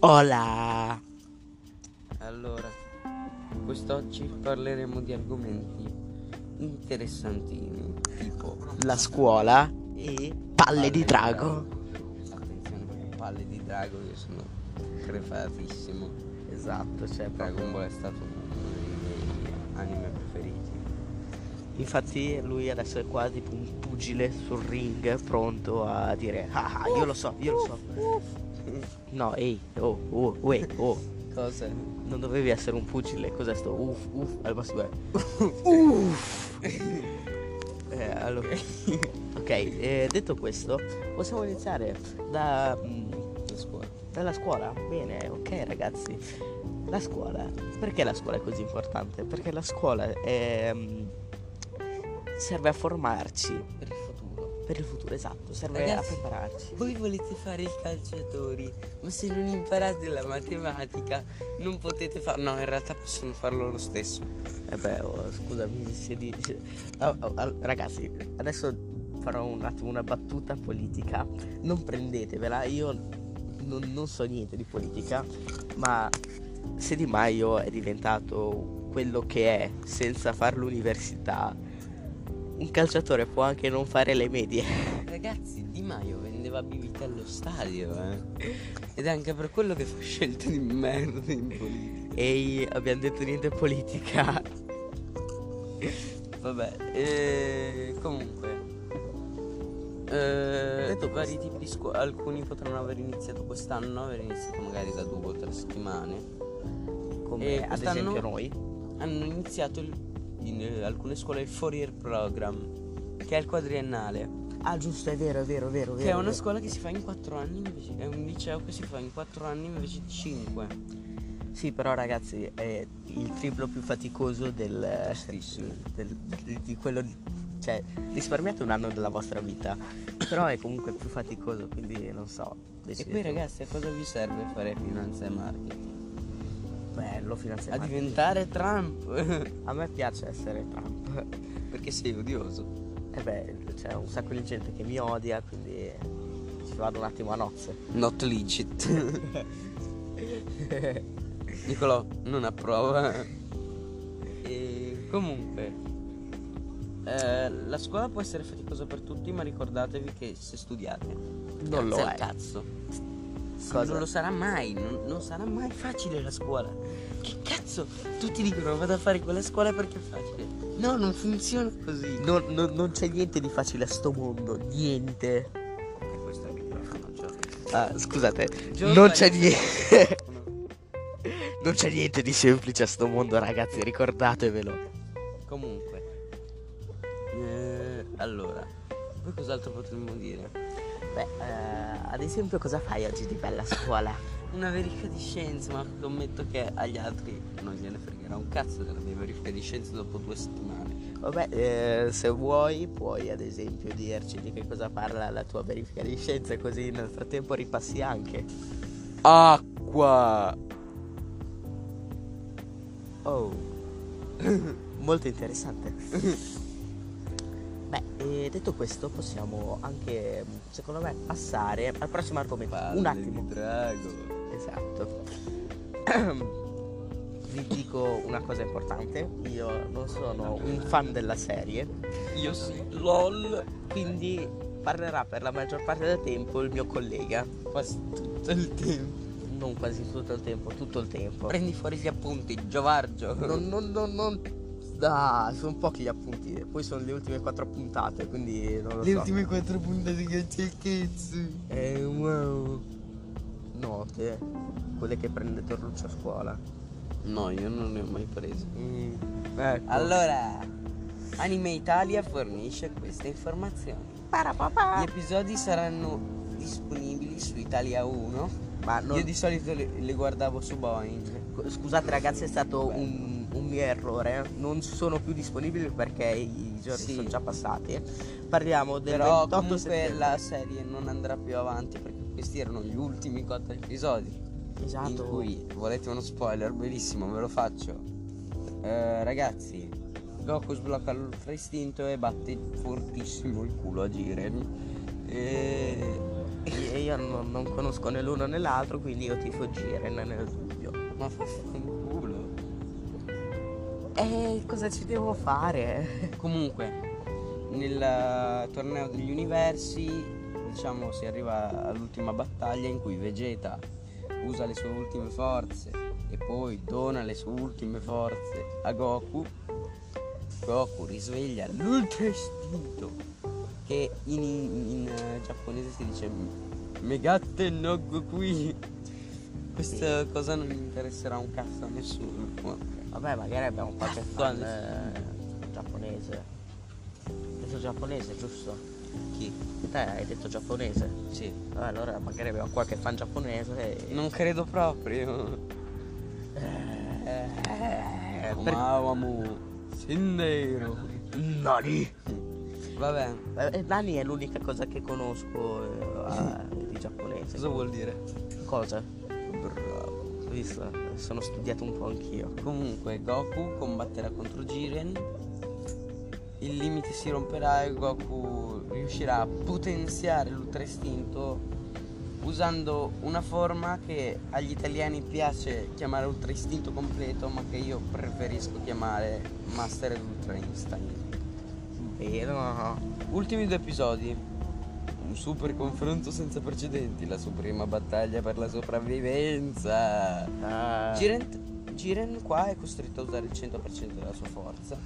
Hola! Allora, quest'oggi parleremo di argomenti interessantini, tipo La scuola e palle di drago. Attenzione perché palle di drago io sono crefatissimo. Esatto, cioè Dragon Ball è stato uno dei miei anime preferiti. Infatti lui adesso è qua tipo un pugile sul ring pronto a dire ah ah, io lo so, io lo so. No, ehi, oh, oh, uè, oh. Cosa? Non dovevi essere un pugile, cos'è sto? Uff, uff, al massimo è Uff. Eh, allora. Ok, eh, detto questo, possiamo iniziare da, mm, La scuola. dalla scuola. Bene, ok ragazzi. La scuola. Perché la scuola è così importante? Perché la scuola è, mm, serve a formarci Per il futuro. per il futuro, esatto, serve Ragazzi. a prepararci. Voi volete fare i calciatori, ma se non imparate la matematica non potete farlo. No, in realtà possono farlo lo stesso. Eh beh, oh, scusami se di... se- oh, oh, all- ragazzi, adesso farò un attimo una battuta politica. Non prendetevela, io non, non so niente di politica, ma se Di Maio è diventato quello che è senza far l'università, un calciatore può anche non fare le medie. Ragazzi, Di Maio vendeva bibite allo stadio, eh. Ed è anche per quello che fa scelte di merda in politica. Ehi, abbiamo detto niente politica. Vabbè, eh, comunque. Eh, Detto vari tipi di scuola. Alcuni potranno aver iniziato quest'anno, aver iniziato magari da due o tre settimane. Come Eh, ad quest'anno- esempio noi. Hanno iniziato il- in eh, alcune scuole il Four Year Program, che è il quadriennale. Ah, giusto, è vero, è vero, è vero. Che è una scuola che si fa in 4 anni invece. È un liceo che si fa in 4 anni invece di 5. Sì, però ragazzi, è il triplo più faticoso del, Tostissimo. del- di- di quello cioè risparmiate un anno della vostra vita, però è comunque più faticoso, quindi non so. E decidete. poi ragazzi a cosa vi serve fare finanza e marketing? bello A finanziamento. diventare Trump! A me piace essere Trump. Perché sei odioso. E beh, c'è un sacco di gente che mi odia, quindi ci vado un attimo a nozze. Not legit. Nicolò non approva. E comunque. eh, la scuola può essere faticosa per tutti, ma ricordatevi che se studiate Non lo cazzo al è. Cazzo. Sì, Cosa? Non lo sarà mai, non, non sarà mai facile la scuola. Che cazzo? Tutti dicono vado a fare quella scuola perché è facile. No, non funziona così. Non, non- non c'è niente di facile a sto mondo, niente. Questo è il microfono, Ah, scusate, Gio- non c'è Gio- niente. Non c'è niente di semplice a sto mondo, ragazzi, ricordatevelo. Comunque. Eh, allora, poi cos'altro potremmo dire? Beh, eh, ad esempio, cosa fai oggi di bella a scuola? Una verifica di scienza, ma scommetto che agli altri non gliene fregherà un cazzo della mia verifica di scienza dopo due settimane. Vabbè, eh, se vuoi, puoi ad esempio dirci di che cosa parla la tua verifica di scienza, così nel frattempo ripassi anche. Acqua! Oh, molto interessante. Beh, eh, detto questo, possiamo anche, secondo me, passare al prossimo argomento. Un attimo. Drago. Esatto. Vi dico una cosa importante, io non sono un fan della serie, Io sì. LOL. quindi parlerà per la maggior parte del tempo il mio collega, Quasi tutto il tempo. non quasi tutto il tempo, tutto il tempo. Prendi fuori gli appunti, Giovargio. Non, non, non, non... Ah, sono pochi gli appunti, poi sono le ultime quattro puntate, quindi non lo so. quattro puntate che c'è il cazzo. Eh, wow. Note, quelle che prende Torruccio a scuola. No, io non ne ho mai preso. Ecco. Allora, Anime Italia fornisce queste informazioni. Gli episodi saranno disponibili su Italia 1. Ma non... Io di solito le, le guardavo su Boeing. Scusate ragazzi, è stato un, un mio errore. eh. Non sono più disponibili perché i giorni Sì. sono già passati. Parliamo del Però 28 comunque settembre. la serie non andrà più avanti perché questi erano gli ultimi quattro episodi. Esatto. In cui volete uno spoiler? Benissimo, ve lo faccio. Eh, ragazzi, Goku sblocca l'ultra istinto e batte fortissimo il culo a Jiren. E, e io non, non conosco né l'uno né l'altro, quindi io tifo Giren nel dubbio. Ma vaffanculo. E Eh, cosa ci devo fare? Comunque, nel eh, torneo degli universi, diciamo, si arriva all'ultima battaglia in cui Vegeta usa le sue ultime forze e poi dona le sue ultime forze a Goku. Goku risveglia l'ultra istinto che in, in, eh, giapponese si dice Megatte no Gokui. Questa cosa non interesserà un cazzo a nessuno. ma- Vabbè, magari abbiamo qualche fan Quando- eh, giapponese. Hai detto giapponese, giusto? Chi? Te hai detto giapponese. Sì. Vabbè, allora magari abbiamo qualche fan giapponese. E... Non credo proprio. Eh, per- Mamamoo. Sindero. Nani! Vabbè, Eh, Nani è l'unica cosa che conosco eh, eh, di giapponese. cosa vuol dire? Cosa? Bravo. Ho visto? Sono studiato un po' anch'io. Comunque, Goku combatterà contro Jiren. Il limite si romperà e Goku riuscirà a potenziare l'ultra istinto usando una forma che agli italiani piace chiamare ultra istinto completo, ma che io preferisco chiamare Master ed Ultra Instinct. Vero? Ultimi due episodi. Un super confronto senza precedenti, la suprema battaglia per la sopravvivenza. Eh, Jiren, Jiren qua è costretto a usare il 100% della sua forza.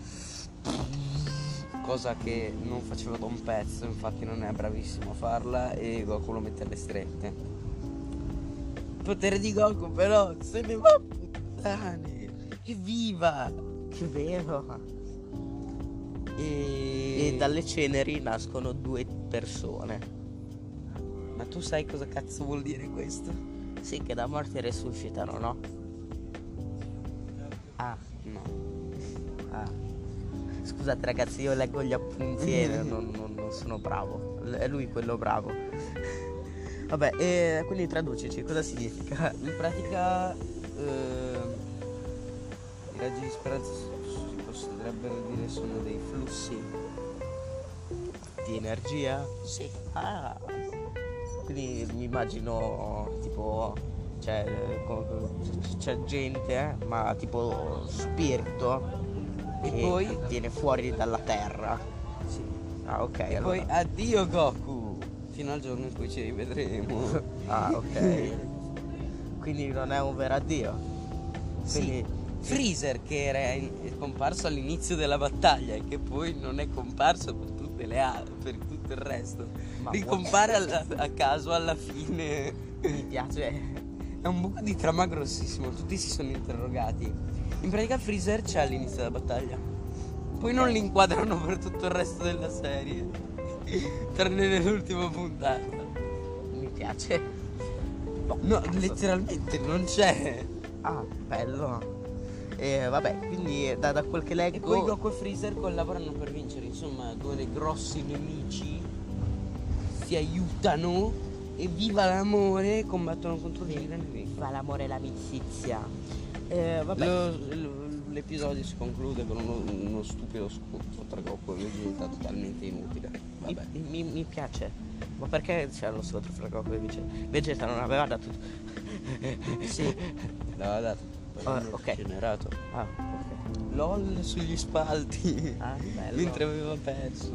Cosa che non faceva da un pezzo, infatti non è bravissimo a farla e Goku lo mette alle strette. Il potere di Goku però se ne va a puttane! Evviva! che vero! E... E dalle ceneri nascono due persone. Ma tu sai cosa cazzo vuol dire questo? Sì, che da morte risuscitano, no? Ah, No. ah. Scusate ragazzi, io leggo gli appunti e non, non- non sono bravo. L- è lui quello bravo. Vabbè, e quindi traducici, cosa significa? In pratica ehm, i raggi di speranza si si potrebbero dire sono dei flussi. Di energia? Sì. Ah, quindi mi immagino tipo c'è, eh, co- co- c'è gente, eh, ma tipo spirito E che poi? viene fuori dalla terra. Ah, ok. E allora. poi addio Goku! Fino al giorno in cui ci rivedremo. Ah, ok. quindi non è un vero addio. Quindi Freezer che era in- è comparso all'inizio della battaglia e che poi non è comparso per, tutte le a- per tutto il resto. Ma Ricompare alla- a caso alla fine. Mi piace. È un buco di trama grossissimo, tutti si sono interrogati. In pratica Freezer c'è all'inizio della battaglia. Poi non li inquadrano per tutto il resto della serie. Tranne nell'ultima puntata. Mi piace. No, cazzo. letteralmente non c'è. Ah, bello. Eh, vabbè, quindi da, da quel che E leggo. poi Goku e Freezer collaborano per vincere, insomma, due dei grossi nemici si aiutano e viva l'amore, combattono contro Jiren e vincono. Fa l'amore e l'amicizia. Eh, vabbè. Lo- l- l'episodio si conclude con uno, uno stupido scontro tra Goku e Vegeta totalmente inutile. Mi, Vabbè. mi- mi piace. Ma perché c'era lo scontro fra Goku e Vegeta? Vegeta non aveva dato. Sì. L'aveva dato. poi Ah, non è ok. generato. Ah, ok. LOL sugli spalti. Ah, bello. Mentre aveva perso.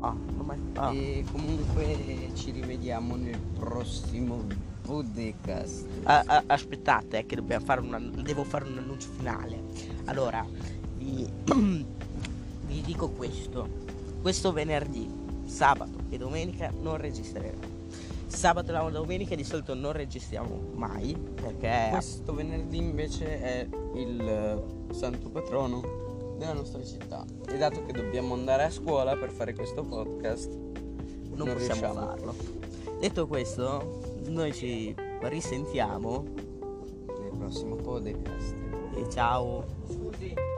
Ah, come. Ah. E comunque ci rivediamo nel prossimo podcast. Ah, ah, aspettate, eh, che dobbiamo fare una, devo fare un annuncio finale. Allora, vi, vi dico questo. Questo venerdì, sabato e domenica non registreremo. Sabato e la domenica di solito non registriamo mai perché Questo venerdì invece è il eh, santo patrono della nostra città. E dato che dobbiamo andare a scuola per fare questo podcast, non, possiamo riusciamo. farlo. Detto questo, noi ci risentiamo Nel prossimo podcast. e ciao. Scusi.